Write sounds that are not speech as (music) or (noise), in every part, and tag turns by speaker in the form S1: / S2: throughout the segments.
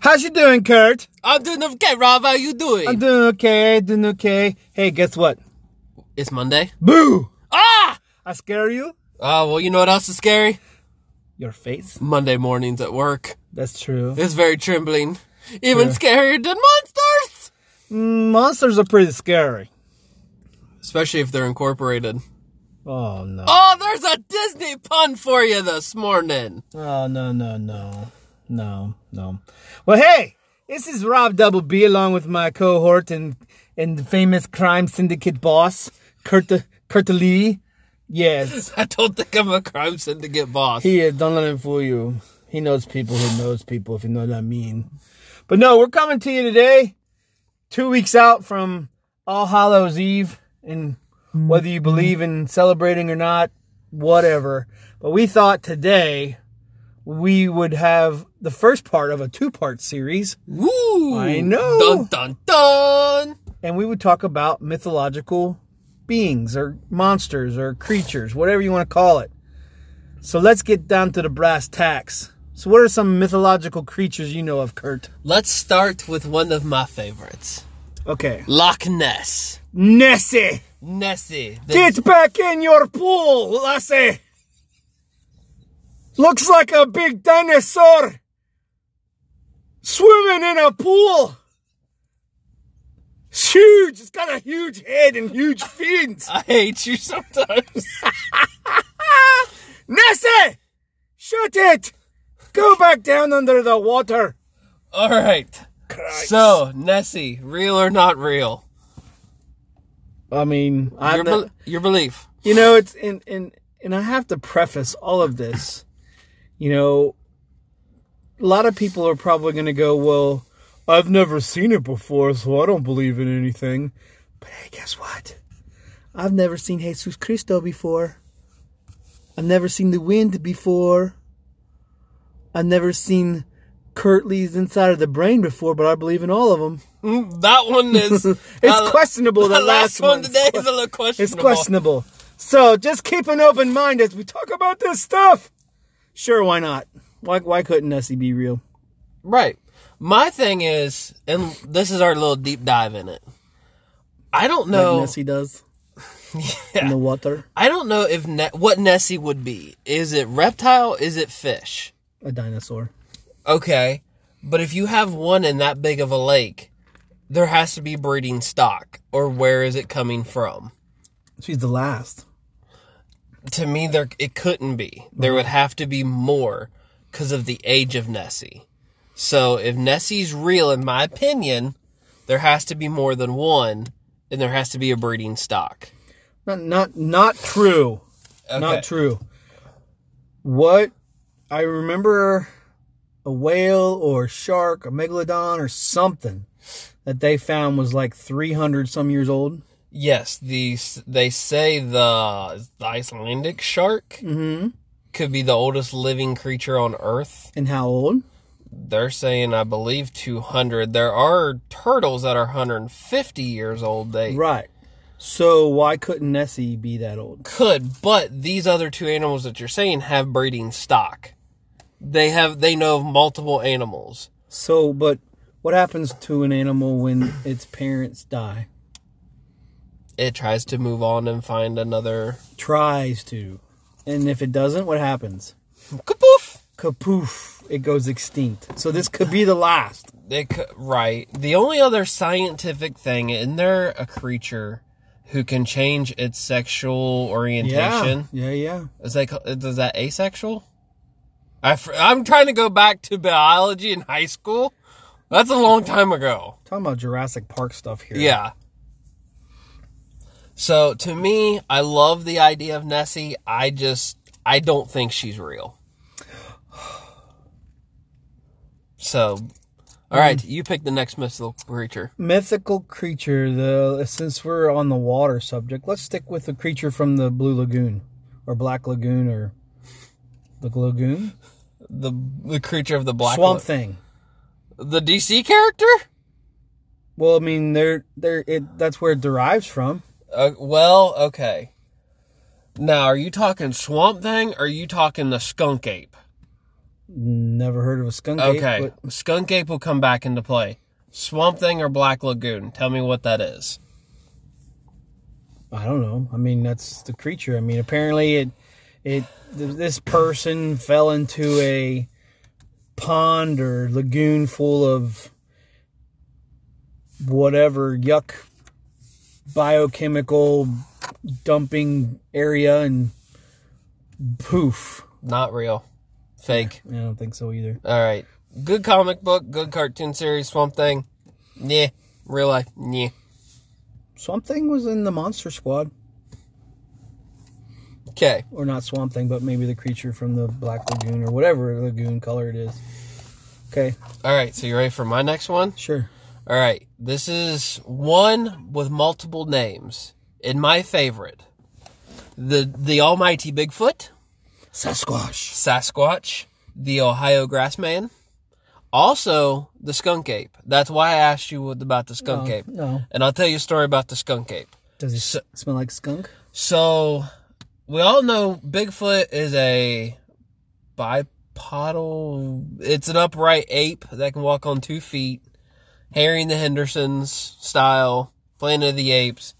S1: How's you doing, Kurt?
S2: I'm doing okay, Rob. How you doing?
S1: I'm doing okay, doing okay. Hey, guess what?
S2: it's Monday.
S1: Boo!
S2: Ah!
S1: I scare you?
S2: Ah, well, you know what else is scary?
S1: Your face.
S2: Monday mornings at work.
S1: That's true.
S2: It's very trembling. Even scarier than monsters!
S1: Mm, Monsters are pretty scary.
S2: Especially if they're incorporated.
S1: Oh no.
S2: Oh, there's a Disney pun for you this morning. (laughs)
S1: Oh no no no. No, no. Well hey, this is Rob Double B along with my cohort and and the famous crime syndicate boss, Kurt Kurt Lee. Yes.
S2: I don't think I'm a crime syndicate boss.
S1: He is. Don't let him fool you. He knows people who knows people, if you know what I mean. But no, we're coming to you today, two weeks out from All Hallows Eve, and whether you believe in celebrating or not, whatever. But we thought today we would have the first part of a two-part series,
S2: Woo!
S1: I know.
S2: Dun dun dun!
S1: and we would talk about mythological beings or monsters or creatures, whatever you want to call it. So let's get down to the brass tacks. So, what are some mythological creatures you know of, Kurt?
S2: Let's start with one of my favorites
S1: Okay.
S2: Loch Ness.
S1: Nessie,
S2: Nessie. The
S1: get back in your pool, lassie. Looks like a big dinosaur swimming in a pool. It's huge. It's got a huge head and huge fins.
S2: I hate you sometimes. (laughs)
S1: Nessie! Shut it! Go back down under the water.
S2: All right. So, Nessie, real or not real?
S1: I mean, I
S2: Your, bel your belief.
S1: you know, it's and and and I have to preface all of this. You know, a lot of people are probably going to go, "Well, I've never seen it before, so I don't believe in anything." But hey, guess what? I've never seen Jesus Cristo before. I've never seen the wind before. I've never seen Curtly's inside of the brain before, but I believe in all of them.
S2: Mm, That
S1: (laughs)
S2: one is. it's
S1: It's questionable. The,
S2: (laughs) The last one
S1: one's
S2: today is a
S1: (laughs)
S2: little
S1: it's
S2: questionable.
S1: questionable. So just keep an open mind as we talk about this stuff. Sure, why not? Why why couldn't Nessie be real?
S2: Right. My thing is, and this is our little deep dive in it. I don't know.
S1: Like Nessie does. In the water.
S2: I don't know if ne- what Nessie would be. Is it reptile? Is it fish?
S1: A dinosaur.
S2: Okay, but if you have one in that big of a lake, there has to be breeding stock, or where is it coming from?
S1: She's the last.
S2: to me there it couldn't be there
S1: Mm-hmm.
S2: would have to be more because of the age of nessie so if nessie's real in my opinion there has to be more than one and there has to be a breeding stock
S1: Not not not true.
S2: Okay.
S1: Not true. What I remember a whale or a shark, a megalodon or something that they found was like 300 some years old.
S2: yes these they say the icelandic shark
S1: Mm.
S2: could be the oldest living creature on earth
S1: And how old?
S2: they're saying i believe 200 there are turtles that are 150 years old they
S1: Right. So why couldn't Nessie be that old?
S2: could, but these other two animals that you're saying have breeding stock. They have they know of multiple animals.
S1: So, but what happens to an animal when its parents die?
S2: It tries to move on and find another
S1: Tries to. And if it doesn't, what happens?
S2: kapoof.
S1: Kapoof. It goes extinct. So this could be the last.
S2: They c- right. The only other scientific thing, and they're a creature who can change its sexual orientation.
S1: Yeah, yeah.
S2: Is that ca- is that asexual? I fr- I'm trying to go back to biology in high school. That's a long time ago.
S1: Talking about Jurassic Park stuff here.
S2: Yeah. So to me, I love the idea of Nessie. I just I don't think she's real. So, all right, you pick the next mythical creature.
S1: Mythical creature, the since we're on the water subject, let's stick with the creature from the Blue Lagoon or Black Lagoon or the Lagoon?
S2: The the creature of the black
S1: Swamp
S2: lo-
S1: Thing.
S2: the DC character.
S1: Well, I mean, they're they're it. That's where it derives from.
S2: Uh, well, okay. Now, are you talking swamp thing? Or are you talking the skunk ape?
S1: Never heard of a skunk ape,
S2: Okay.
S1: but
S2: Skunk ape will come back into play. Swamp Thing or Black Lagoon? Tell me what that is.
S1: I don't know. I mean, that's the creature. I mean, apparently it it th- this person fell into a pond or lagoon full of whatever yuck biochemical dumping area and poof.
S2: Not real. Fake.
S1: I don't think so either.
S2: All right. Good comic book, good cartoon series, Swamp Thing. Yeah. Real life. Yeah.
S1: Something was in the monster squad
S2: Okay.
S1: or not swamp thing, but maybe the creature from the black lagoon or whatever lagoon color it is. Okay,
S2: All right. So you ready for my next one?
S1: sure.
S2: All right. This is one with multiple names. And my favorite, the the Almighty Bigfoot,
S1: Sasquatch.
S2: Sasquatch, the Ohio Grassman, also the Skunk Ape. That's why I asked you what- about the Skunk
S1: Oh.
S2: Ape.
S1: No.
S2: And I'll tell you a story about the Skunk Ape.
S1: Does it smell like skunk?
S2: So we all know Bigfoot is a bipodal. It's an upright ape that can walk on two feet. Harry and the Hendersons style, Planet of the Apes,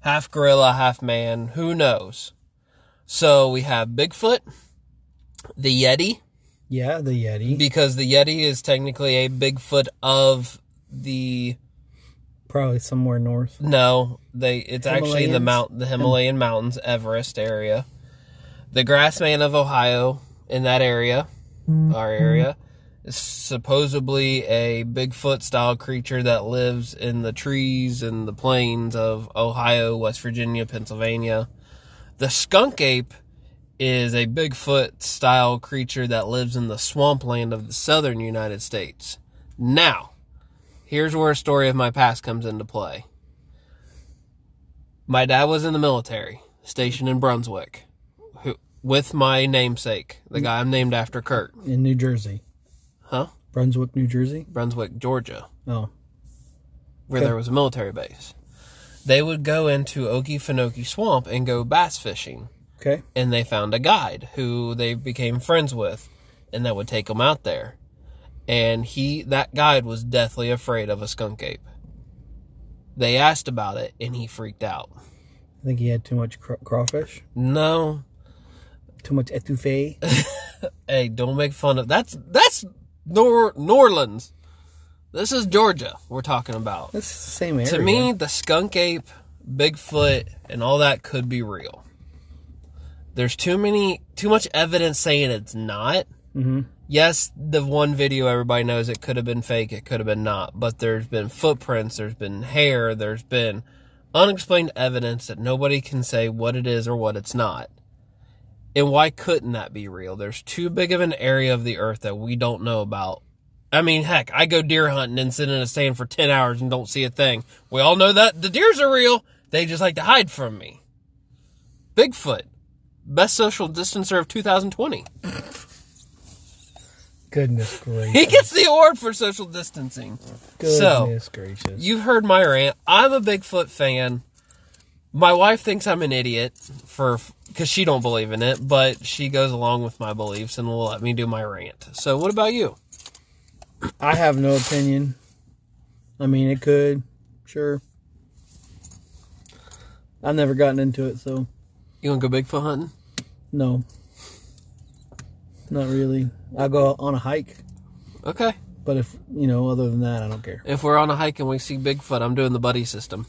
S2: half gorilla, half man. Who knows? So we have Bigfoot, the Yeti,
S1: Yeah, the Yeti.
S2: because the Yeti is technically a Bigfoot of the
S1: Probably somewhere north.
S2: No, they. It's actually the
S1: Himalayans?
S2: mount, the Himalayan mountains, Everest area, the Grassman of Ohio in that area, our area, is supposedly a Bigfoot style creature that lives in the trees and the plains of Ohio, West Virginia, Pennsylvania. The skunk ape is a Bigfoot style creature that lives in the swampland of the southern United States. Now, here's where a story of my past comes into play. My dad was in the military, stationed in Brunswick, who, with my namesake, the guy I'm named after, Kurt.
S1: In New Jersey.
S2: Huh?
S1: Brunswick, New Jersey?
S2: Brunswick, Georgia,
S1: Oh.
S2: where
S1: Okay.
S2: there was a military base. They would go into Okefenokee Swamp and go bass fishing,
S1: Okay.
S2: and they found a guide who they became friends with, and that would take them out there. And he, that guide, was deathly afraid of a skunk ape. They asked about it, and he freaked out.
S1: I think he had too much cra- crawfish,
S2: No,
S1: too much etouffee.
S2: Hey, don't make fun of that's that's Nor Norlands. This is Georgia we're talking about.
S1: That's the same area.
S2: To me, the skunk ape, Bigfoot, and all that could be real. There's too many too much evidence saying it's not.
S1: hmm
S2: Yes, the one video everybody knows it could have been fake, it could have been not, but there's been footprints, there's been hair, there's been unexplained evidence that nobody can say what it is or what it's not. And why couldn't that be real? There's too big of an area of the earth that we don't know about. I mean, heck, I go deer hunting and sit in a stand for 10 hours and don't see a thing. We all know that the deers are real. They just like to hide from me. Bigfoot, best social distancer of 2020.
S1: Goodness gracious.
S2: He gets the award for social distancing. (laughs) So,
S1: Goodness gracious.
S2: you've heard my rant. I'm a Bigfoot fan. My wife thinks I'm an idiot for because she don't believe in it, but she goes along with my beliefs and will let me do my rant. So, what about you?
S1: I have no opinion. I mean, it could. Sure. I've never gotten into it, so
S2: You gonna go Bigfoot hunting?
S1: no. Not really. I'll go on a hike,
S2: Okay.
S1: but if, you know, other than that, I don't care.
S2: If we're on a hike and we see Bigfoot, I'm doing the buddy system.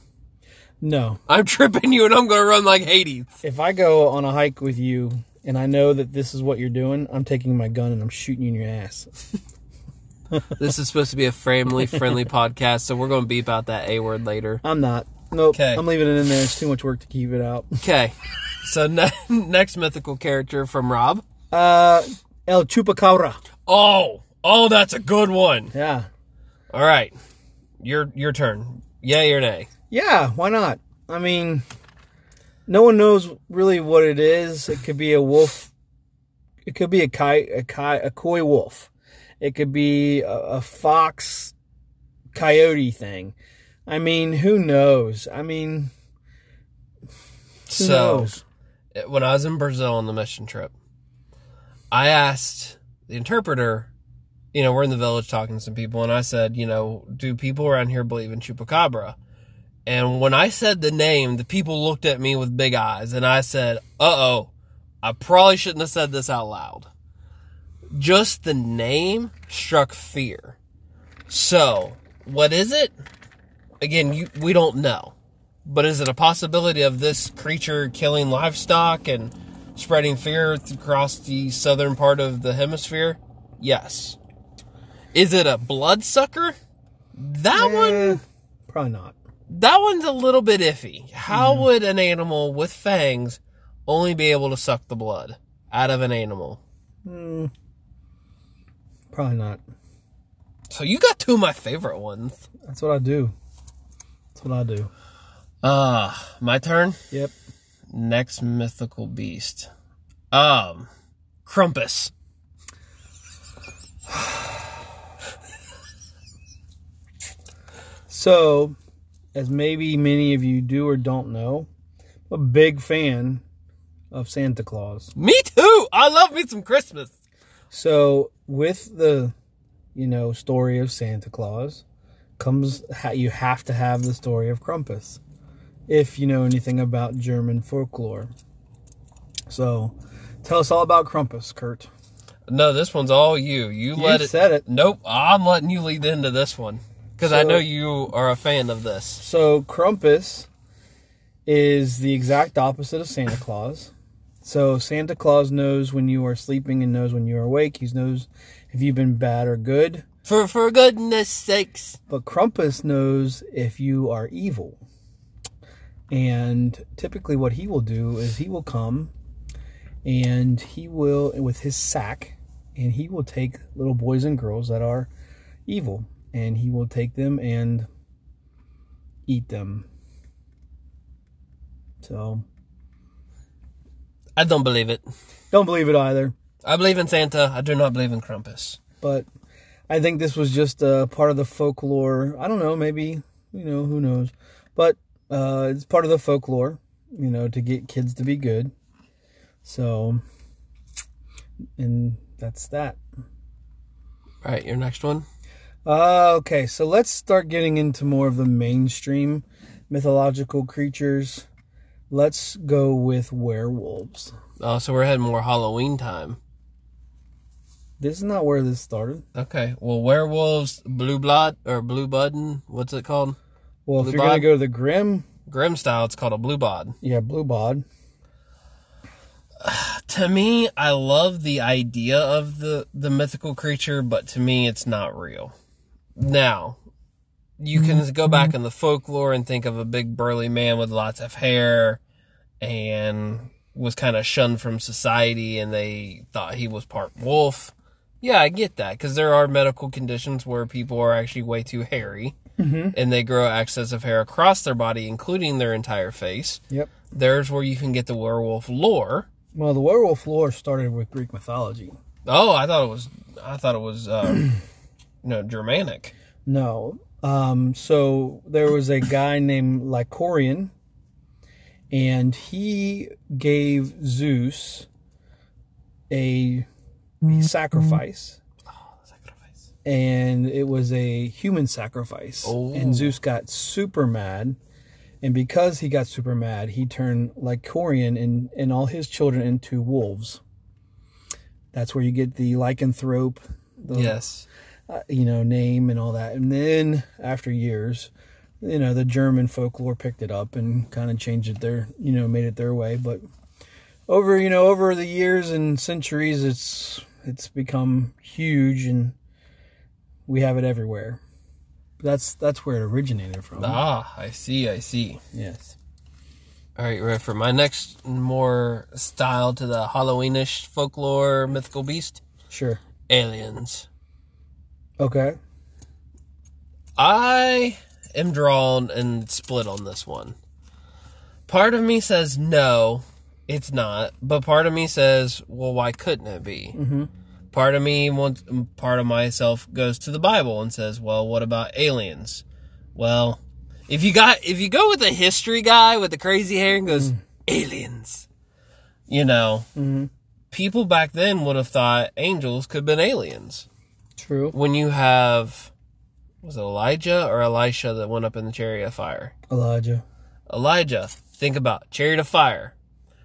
S1: No.
S2: I'm tripping you, and I'm gonna run like Hades.
S1: If I go on a hike with you and I know that this is what you're doing, I'm taking my gun and I'm shooting you in your ass.
S2: This is supposed to be a family-friendly podcast, so we're gonna beep out that a word later.
S1: I'm not. Nope.
S2: 'Kay.
S1: I'm leaving it in there. It's too much work to keep it out. (laughs)
S2: Okay. So ne- (laughs) next mythical character from Rob.
S1: Uh, El Chupacabra.
S2: Oh, oh, that's a good one.
S1: Yeah.
S2: All right, your your turn. Yay or nay?
S1: Yeah, why not? I mean, no one knows really what it is. It could be a wolf. It could be a ki- a, ki- a coy wolf. It could be a, a fox coyote thing. I mean, who knows? I mean, who
S2: So
S1: knows?
S2: when I was in Brazil on the mission trip, I asked the interpreter, you know, we're in the village talking to some people, and I said, you know, do people around here believe in chupacabra? And when I said the name, the people looked at me with big eyes, and I said, uh oh, I probably shouldn't have said this out loud. Just the name struck fear. So, what is it? Again, you, we don't know. But is it a possibility of this creature killing livestock and spreading fear th- across the southern part of the hemisphere? Yes. Is it a bloodsucker? That
S1: Eh,
S2: one
S1: probably not.
S2: that one's a little bit iffy. How would an animal with fangs only be able to suck the blood out of an animal?
S1: Probably not.
S2: So you got two of my favorite ones.
S1: That's what I do. That's what I do.
S2: Ah, my turn.
S1: Yep.
S2: Next mythical beast. Um, Crumpus.
S1: So, as maybe many of you do or don't know, I'm a big fan of Santa Claus.
S2: Me too. I love me some Christmas.
S1: So, with the you know story of Santa Claus comes ha- you have to have the story of Krampus if you know anything about German folklore. So, tell us all about Krampus, Kurt.
S2: No, this one's all you. You, let it.
S1: said it.
S2: Nope. I'm letting you lead into this one because I
S1: So-
S2: know you are a fan of this.
S1: So Krampus is the exact opposite of Santa Claus. So Santa Claus knows when you are sleeping and knows when you are awake. He knows if you've been bad or good.
S2: For for goodness sakes.
S1: But Krampus knows if you are evil. And typically what he will do is he will come and he will with his sack and he will take little boys and girls that are evil and he will take them and eat them. So
S2: I don't believe it.
S1: don't believe it either.
S2: I believe in Santa. I do not believe in Krampus.
S1: but I think this was just uh, part of the folklore. I don't know, maybe you know, who knows? But uh, it's part of the folklore, you know, to get kids to be good. So, and that's that.
S2: All right, your next one.
S1: Uh, okay, so let's start getting into more of the mainstream mythological creatures. Let's go with werewolves.
S2: Oh, so we're heading more Halloween time.
S1: This is not where this started.
S2: Okay. Well, werewolves, blue blood or blue button. What's it called?
S1: Well,
S2: Blue
S1: if you're gonna
S2: bod?
S1: go to the Grim,
S2: Grim style. It's called a blue bod.
S1: yeah, Blue Bod.
S2: To me, I love the idea of the the mythical creature, but to me, it's not real. Now, you can go back in the folklore and think of a big burly man with lots of hair and was kind of shunned from society and they thought he was part wolf. Yeah, I get that because there are medical conditions where people are actually way too hairy and they grow excess of hair across their body, including their entire face.
S1: Yep.
S2: There's where you can get the werewolf lore.
S1: Well, the werewolf lore started with Greek mythology.
S2: Oh, I thought it was. I thought it was. Uh, (clears throat) no, Germanic.
S1: No. Um, so there was a guy named Lycorian, and he gave Zeus a sacrifice, and it was a human sacrifice.
S2: Oh.
S1: And Zeus got super mad, and because he got super mad, he turned Lycorian and, and all his children into wolves. That's where you get the lycanthrope, the
S2: Yes.
S1: you know, name and all that. And then after years, you know, the German folklore picked it up and kind of changed it their, you know, made it their way. But over, you know, over the years and centuries, it's it's become huge, and we have it everywhere. That's that's where it originated from.
S2: Ah, I see. I see.
S1: Yes.
S2: All right, ready for my next more style to the Halloweenish folklore mythical beast?
S1: Sure.
S2: Aliens.
S1: Okay.
S2: I am drawn and split on this one. Part of me says no, it's not, but part of me says, well, why couldn't it be? Mm-hmm. Part of me wants, part of myself goes to the Bible and says, well, what about aliens? Well, if you got, if you go with the history guy with the crazy hair and goes aliens, you know, people back then would have thought angels could have been aliens.
S1: True.
S2: When you have, was it Elijah or Elisha that went up in the chariot of fire?
S1: Elijah.
S2: Elijah, think about chariot of fire.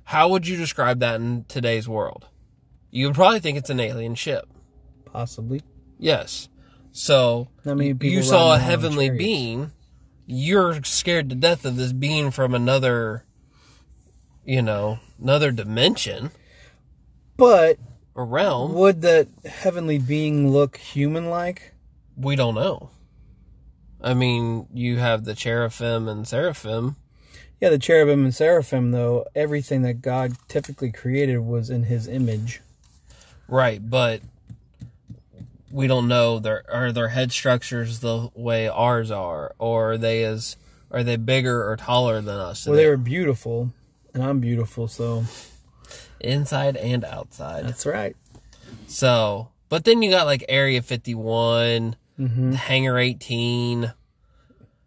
S2: How would you describe that in today's world? You would probably think it's an alien ship.
S1: Possibly.
S2: Yes. So
S1: Not many people
S2: you saw a
S1: riding around on
S2: heavenly
S1: chariots.
S2: being. You're scared to death of this being from another, you know, another dimension
S1: But
S2: or realm.
S1: would that heavenly being look human like?
S2: We don't know. I mean, you have the cherubim and seraphim.
S1: Yeah, the cherubim and seraphim, though, everything that God typically created was in his image.
S2: Right, but we don't know their are their head structures the way ours are, or are they as are they bigger or taller than us?
S1: Well, they were beautiful, and I'm beautiful, so
S2: inside and outside.
S1: that's right.
S2: So, but then you got like Area Fifty One,
S1: Mm-hmm.
S2: Hangar Eighteen,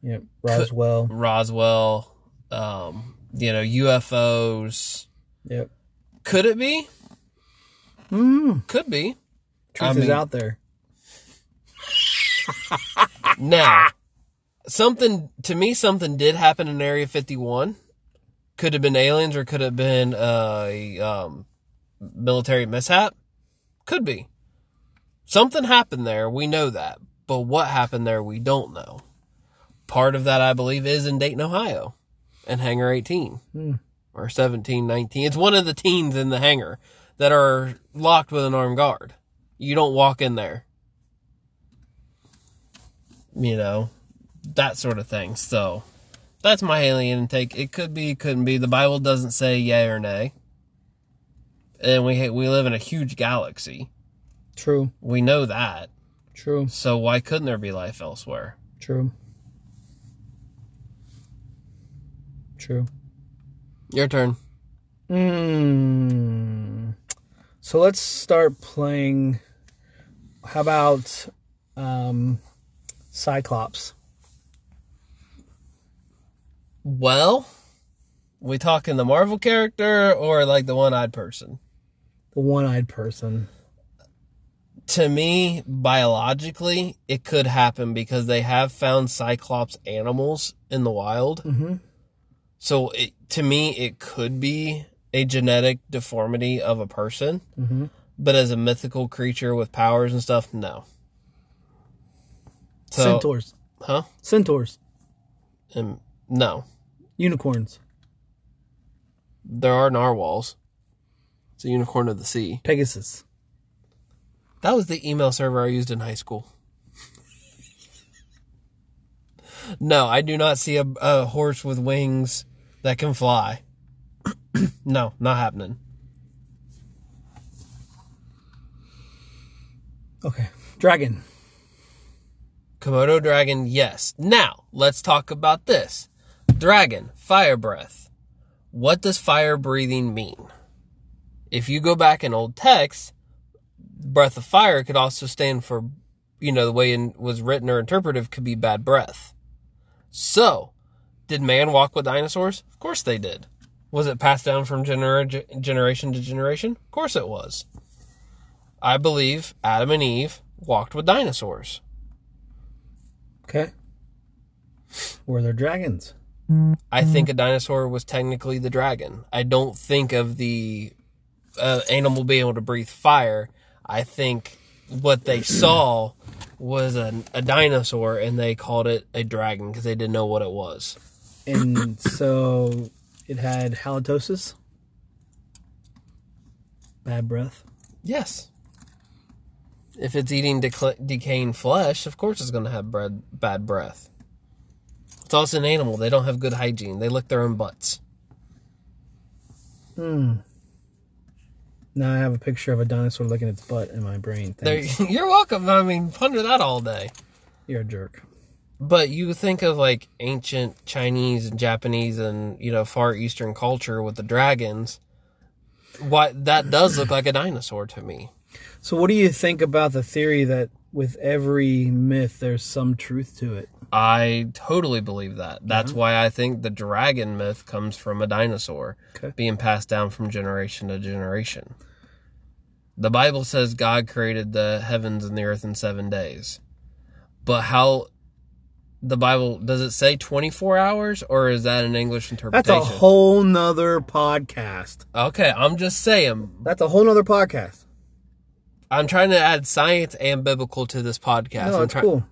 S1: Yeah, Roswell.
S2: Roswell. Um, you know UFOs.
S1: Yep.
S2: Could it be?
S1: Mm,
S2: Could be.
S1: truth
S2: I
S1: is
S2: mean-
S1: out there.
S2: Now, something to me, something did happen in Area 51. Could have been aliens or could have been uh, a um, military mishap. Could be. Something happened there. We know that. But what happened there, we don't know. Part of that, I believe, is in Dayton, Ohio and Hangar 18
S1: Hmm.
S2: or 17, 19. It's one of the teens in the hangar that are locked with an armed guard. You don't walk in there you know, that sort of thing. So that's my alien intake. It could be, it couldn't be. The Bible doesn't say yay or nay. And we we live in a huge galaxy.
S1: True.
S2: We know that.
S1: True.
S2: So why couldn't there be life elsewhere?
S1: True. True.
S2: Your turn.
S1: Mm. So let's start playing. How about um, Cyclops?
S2: Well, we talking the Marvel character or like the one-eyed person?
S1: The one eyed person.
S2: To me, biologically, it could happen because they have found cyclops animals in the wild.
S1: Mm-hmm.
S2: So it, to me, it could be a genetic deformity of a person,
S1: Mm-hmm.
S2: but as a mythical creature with powers and stuff, no. So,
S1: Centaurs.
S2: Huh?
S1: Centaurs.
S2: Um, no.
S1: Unicorns.
S2: There are narwhals. It's a unicorn of the sea.
S1: Pegasus.
S2: That was the email server I used in high school. (laughs) no, I do not see a, a horse with wings that can fly. (clears throat) no, not happening.
S1: Okay. Dragon.
S2: Komodo dragon, yes. Now, let's talk about this. Dragon, fire breath. What does fire breathing mean? If you go back in old texts, breath of fire could also stand for, you know, the way it was written or interpreted could be bad breath. So, did man walk with dinosaurs? Of course they did. Was it passed down from gener- generation to generation? Of course it was. I believe Adam and Eve walked with dinosaurs.
S1: Okay. Were there dragons?
S2: I think a dinosaur was technically the dragon. I don't think of the uh, animal being able to breathe fire. I think what they saw was a, a dinosaur and they called it a dragon because they didn't know what it was.
S1: And so it had halitosis. Bad breath.
S2: Yes. If it's eating decl- decaying flesh, of course it's going to have bread, bad breath. It's also an animal. They don't have good hygiene. They lick their own butts.
S1: Now I have a picture of a dinosaur licking its butt in my brain.
S2: There,
S1: Thanks.
S2: (laughs) you're welcome. I mean, ponder that all day.
S1: You're a jerk.
S2: But you think of like ancient Chinese and Japanese and you know far Eastern culture with the dragons. Why that does look like a dinosaur to me.
S1: So, what do you think about the theory that with every myth there's some truth to it?
S2: I totally believe that. That's
S1: Mm-hmm.
S2: why I think the dragon myth comes from a dinosaur
S1: Okay.
S2: being passed down from generation to generation. The Bible says God created the heavens and the earth in seven days. But how the Bible does it say twenty four hours or is that an English
S1: That's
S2: interpretation?
S1: a whole nother podcast.
S2: okay, I'm just saying.
S1: That's a whole nother podcast.
S2: I'm trying to add science and biblical to this podcast.
S1: no,
S2: I'm
S1: it's
S2: try-
S1: cool.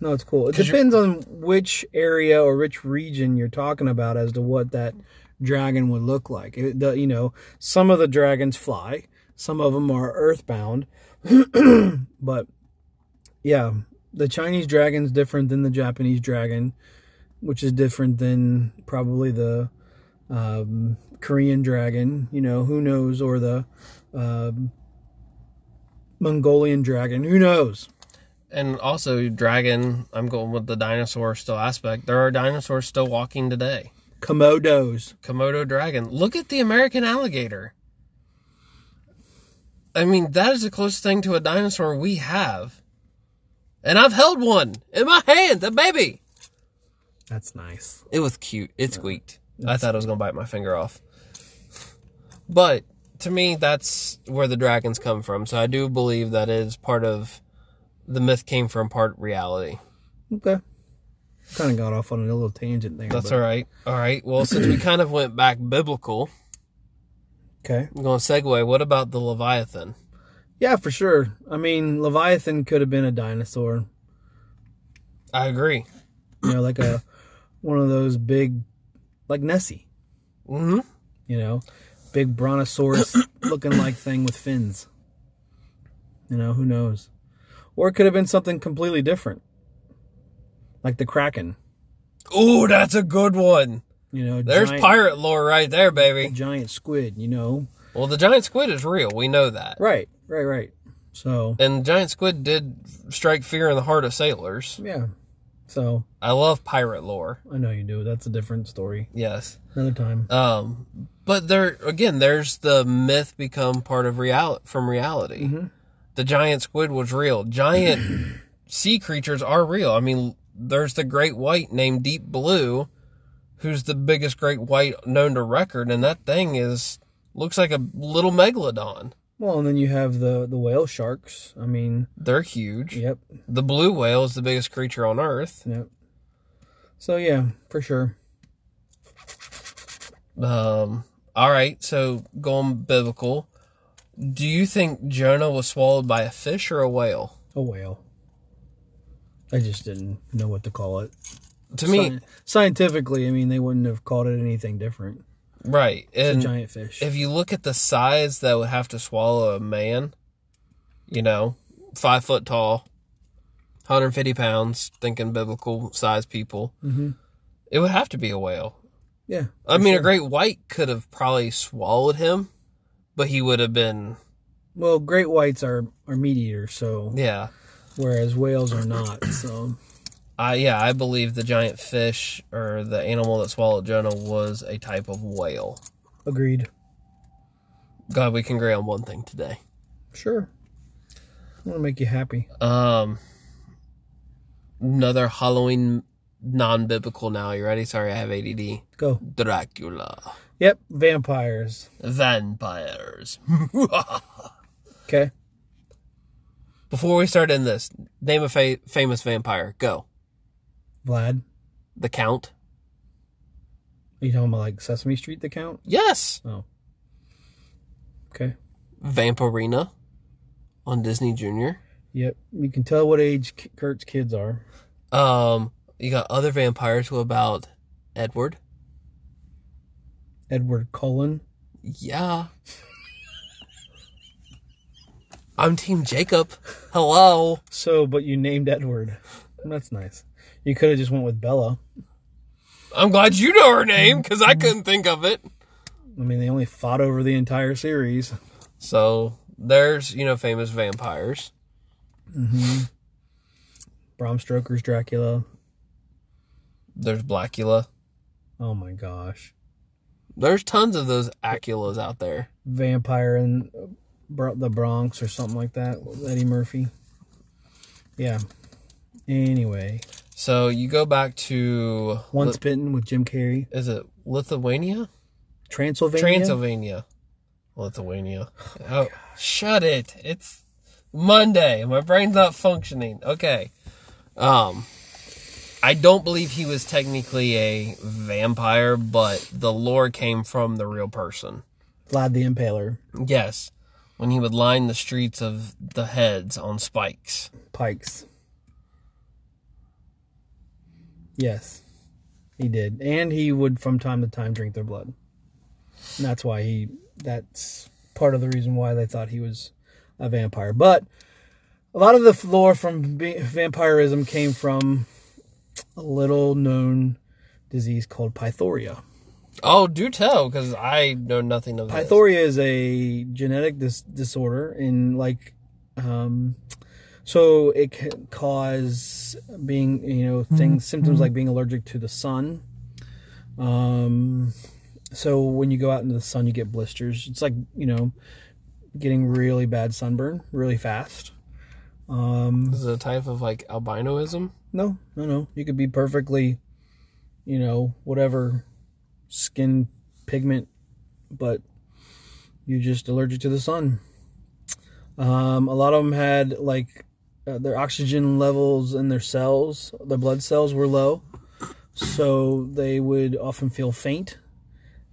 S1: No, it's cool. It depends on which area or which region you're talking about as to what that dragon would look like. It, the, you know, some of the dragons fly, some of them are earthbound, (clears throat) but yeah, the Chinese dragon's different than the Japanese dragon, which is different than probably the um, Korean dragon. You know, who knows, or the um, Mongolian dragon. Who knows?
S2: And also dragon, I'm going with the dinosaur still aspect. There are dinosaurs still walking today.
S1: Komodos.
S2: Komodo dragon. Look at the American alligator. I mean, that is the closest thing to a dinosaur we have. And I've held one in my hand, a baby.
S1: That's nice.
S2: It was cute. It squeaked. I thought it was going to bite my finger off. But to me, that's where the dragons come from. So I do believe that is part of the myth came from part reality.
S1: Okay. Kind of got off on a little tangent there.
S2: That's
S1: but-
S2: all right. All right. Well, since we kind of went back biblical,
S1: Okay.
S2: I'm going to segue. What about the Leviathan?
S1: Yeah, for sure. I mean, Leviathan could have been a dinosaur,
S2: I agree.
S1: you know, like a (coughs) one of those big, like Nessie,
S2: hmm
S1: you know, big brontosaurus (coughs) looking like thing with fins. You know, who knows? Or it could have been something completely different, like the Kraken.
S2: Ooh, that's a good one.
S1: You know,
S2: There's
S1: giant,
S2: pirate lore right there, baby.
S1: giant squid. You know,
S2: Well, the giant squid is real. We know that.
S1: right, right, right. So
S2: And the giant squid did strike fear in the heart of sailors.
S1: yeah, so
S2: I love pirate lore.
S1: I know you do. That's a different story.
S2: Yes.
S1: Another time.
S2: Um, but there again, there's the myth become part of real from reality.
S1: Mm-hmm.
S2: The giant squid was real. Giant (clears throat) sea creatures are real. I mean, there's the great white named Deep Blue, who's the biggest great white known to record, and that thing is looks like a little megalodon.
S1: Well, and then you have the the whale sharks. I mean,
S2: They're huge.
S1: yep,
S2: The blue whale is the biggest creature on Earth.
S1: yep. So yeah, for sure.
S2: Um, all right, so going biblical, do you think Jonah was swallowed by a fish or a whale?
S1: A whale. I just didn't know what to call it.
S2: to me,
S1: Sci- scientifically, I mean, they wouldn't have called it anything different.
S2: right?
S1: A
S2: And
S1: giant fish.
S2: if you look at the size that would have to swallow a man, you know, five foot tall, 150 pounds, thinking biblical size people,
S1: Mhm.
S2: it would have to be a whale.
S1: yeah,
S2: I mean, a great white could have probably swallowed him, but he would have been,
S1: well, great whites are are meat eaters, so
S2: yeah.
S1: whereas whales are not. So
S2: I, yeah, I believe the giant fish or the animal that swallowed Jonah was a type of whale.
S1: agreed.
S2: God, we can agree on one thing today.
S1: Sure. I want to make you happy.
S2: Um, another Halloween non-biblical. Now you ready? Sorry, I have ADD.
S1: Go.
S2: Dracula,
S1: Yep. Vampires.
S2: vampires.
S1: Okay.
S2: (laughs) Before we start in this, name a fa- famous vampire. Go.
S1: Vlad.
S2: The Count.
S1: Are you talking about like Sesame Street? The count.
S2: Yes.
S1: Oh. Okay.
S2: Vampirina on Disney Junior.
S1: Yep. You can tell what age K- Kurt's kids are.
S2: Um, you got other vampires. What about Edward?
S1: Edward Cullen.
S2: Yeah. (laughs) I'm Team Jacob. Hello.
S1: So, but you named Edward. That's nice. You could have just went with Bella.
S2: I'm glad you know her name because I couldn't think of it.
S1: I mean, they only fought over the entire series.
S2: So there's, you know, famous vampires.
S1: Mm-hmm. Bram Stoker's Dracula.
S2: There's Blackula.
S1: Oh my gosh.
S2: There's tons of those Aculas out there.
S1: Vampire in uh, Bro- the Bronx or something like that. Eddie Murphy. Yeah. Anyway,
S2: So you go back to
S1: Once Bitten with Jim Carrey.
S2: is it Lithuania?
S1: Transylvania.
S2: Transylvania. Lithuania. Oh, shut it. It's Monday. My brain's not functioning. Okay. Um I don't believe he was technically a vampire, but the lore came from the real person.
S1: Vlad the Impaler,
S2: Yes. When he would line the streets of the heads on spikes.
S1: Pikes. Yes, he did, and he would from time to time drink their blood. And that's why he. That's part of the reason why they thought he was a vampire. But a lot of the lore from be- vampirism came from a little-known disease called pythoria.
S2: Oh, do tell, because I know nothing of this.
S1: Pythoria is a genetic dis- disorder, and like, um, so it can cause being, you know,
S2: Mm-hmm.
S1: things, symptoms like being allergic to the sun. Um, so when you go out into the sun, you get blisters. It's like, you know, getting really bad sunburn really fast. Um,
S2: This is a type of like albinoism.
S1: no, no, no. You could be perfectly, you know, whatever skin pigment, but you just allergic to the sun. Um, a lot of them had like uh, their oxygen levels in their cells, their blood cells were low, so they would often feel faint,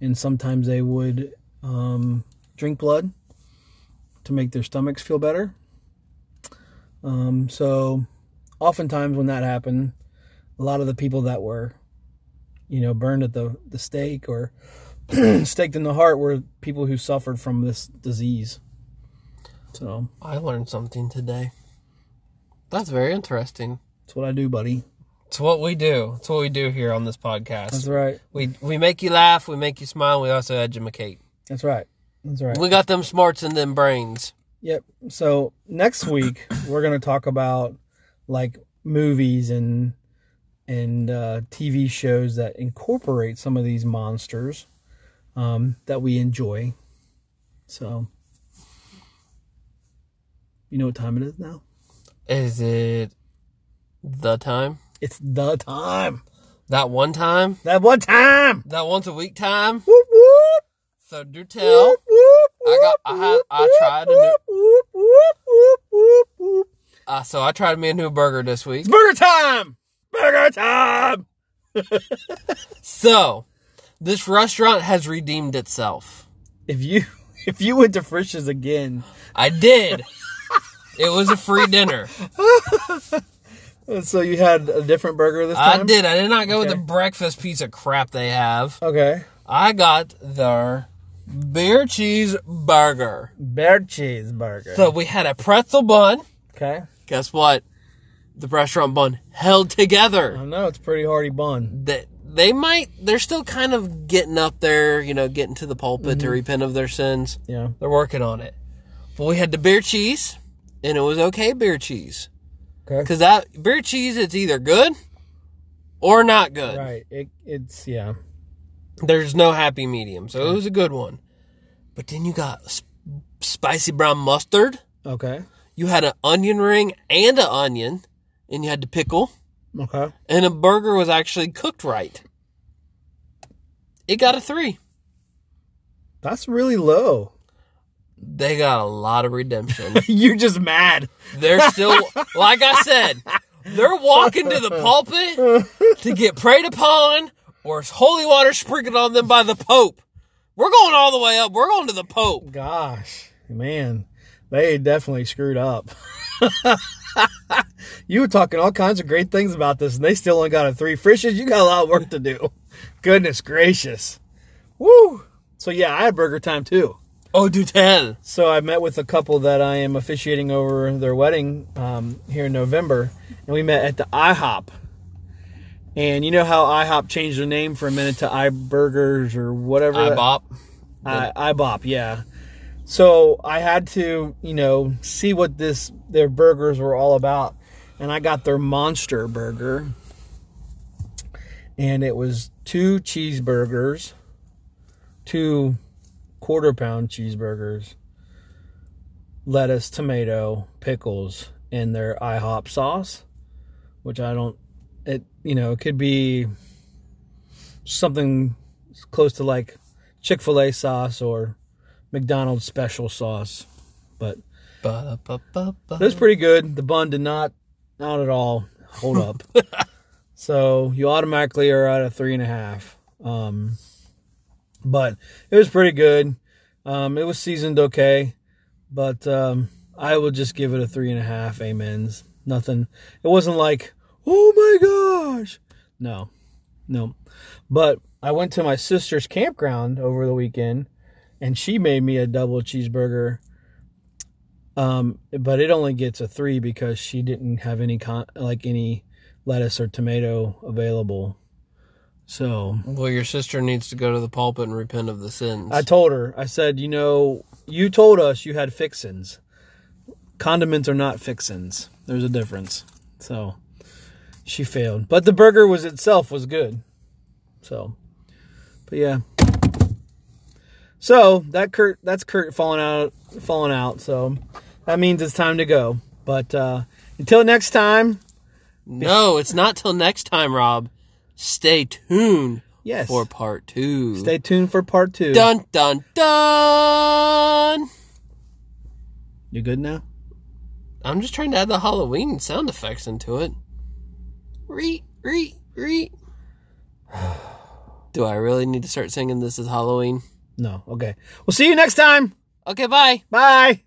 S1: and sometimes they would um, drink blood to make their stomachs feel better. Um, so oftentimes when that happened, a lot of the people that were, you know, burned at the, the stake or (clears throat) staked in the heart were people who suffered from this disease. So
S2: I learned something today. That's very interesting.
S1: that's what I do, buddy.
S2: It's what we do. It's what we do here on this podcast.
S1: That's right.
S2: We we make you laugh, we make you smile, we also educate.
S1: That's right. That's right.
S2: We got them smarts and them brains.
S1: Yep. So next week we're gonna talk about like movies and and uh, TV shows that incorporate some of these monsters um, that we enjoy. So you know what time it is now?
S2: Is it the time?
S1: It's the time.
S2: That one time?
S1: That one time.
S2: That once a week time?
S1: Whoop whoop.
S2: So do tell.
S1: whoop,
S2: I got- I had- I tried a new-
S1: whoop, whoop, whoop, whoop, whoop, whoop.
S2: Uh, so I tried me a new burger this week.
S1: It's burger time. Burger time.
S2: So this restaurant has redeemed itself.
S1: if you (laughs) if you went to Frisch's again,
S2: I did. it was a free dinner.
S1: so you had a different burger this time.
S2: I did. I did not go with
S1: Okay.
S2: the breakfast piece of crap they have.
S1: Okay,
S2: I got their beer cheese burger.
S1: bear cheeseburger.
S2: So we had a pretzel bun.
S1: okay,
S2: Guess what? The restaurant bun held together.
S1: I know it's a pretty hearty bun.
S2: That they might they're still kind of getting up there, you know, getting to the
S1: Mm-hmm.
S2: pulpit to repent of their sins.
S1: Yeah,
S2: They're working on it. But we had the beer cheese and it was okay beer cheese.
S1: okay,
S2: Cause that beer cheese it's either good or not good.
S1: right. It, it's yeah,
S2: there's no happy medium. So it was a good one. But then you got sp- spicy brown mustard.
S1: okay,
S2: You had an onion ring and an onion, and you had the pickle.
S1: okay.
S2: And a burger was actually cooked right. It got a three.
S1: That's really low. (laughs)
S2: They got a lot of redemption.
S1: you just mad.
S2: They're still, like I said, they're walking to the pulpit to get preyed upon or holy water sprinkled on them by the Pope. We're going all the way up. We're going to the Pope.
S1: Gosh, man, they definitely screwed up. (laughs) you were talking all kinds of great things about this, and they still only got a three. Frisch's, you got a lot of work to do. (laughs) Goodness gracious. Woo! So, yeah, I had burger time too.
S2: Oh, do tell.
S1: So, I met with a couple that I am officiating over their wedding um, here in November, and we met at the IHOP. And you know how IHOP changed their name for a minute to iBurgers or whatever? that-
S2: IBOP.
S1: I IBOP, yeah. So I had to, you know, see what this their burgers were all about, and I got their monster burger, and it was two cheeseburgers, two quarter pound cheeseburgers, lettuce, tomato, pickles, and their IHOP sauce, which I don't, it you know, it could be something close to like Chick fil A sauce or McDonald's special sauce. But
S2: Ba-da-ba-ba-ba.
S1: that's pretty good. The bun did not, not at all, hold up. so you automatically are at a three and a half. Um, but it was pretty good. Um, it was seasoned okay, but um, I will just give it a three and a half. Amens. Nothing. It wasn't like, oh my gosh. No, no. But I went to my sister's campground over the weekend, and she made me a double cheeseburger. Um, but it only gets a three because she didn't have any con- like any lettuce or tomato available. So
S2: Well, your sister needs to go to the pulpit and repent of the sins.
S1: I told her, I said, you know, you told us you had fixins. Condiments are not fixins. There's a difference. So she failed. But the burger was itself was good. So but yeah. So that Kurt that's Kurt falling out falling out, so that means it's time to go. But uh until next time,
S2: no, it's not till next time, Rob. Stay tuned
S1: yes.
S2: for part two.
S1: Stay tuned for part two.
S2: dun dun dun.
S1: You good now?
S2: I'm just trying to add the Halloween sound effects into it. Re re re. (sighs) Do I really need to start singing "This Is Halloween"?
S1: No. Okay. We'll see you next time.
S2: Okay, bye.
S1: Bye.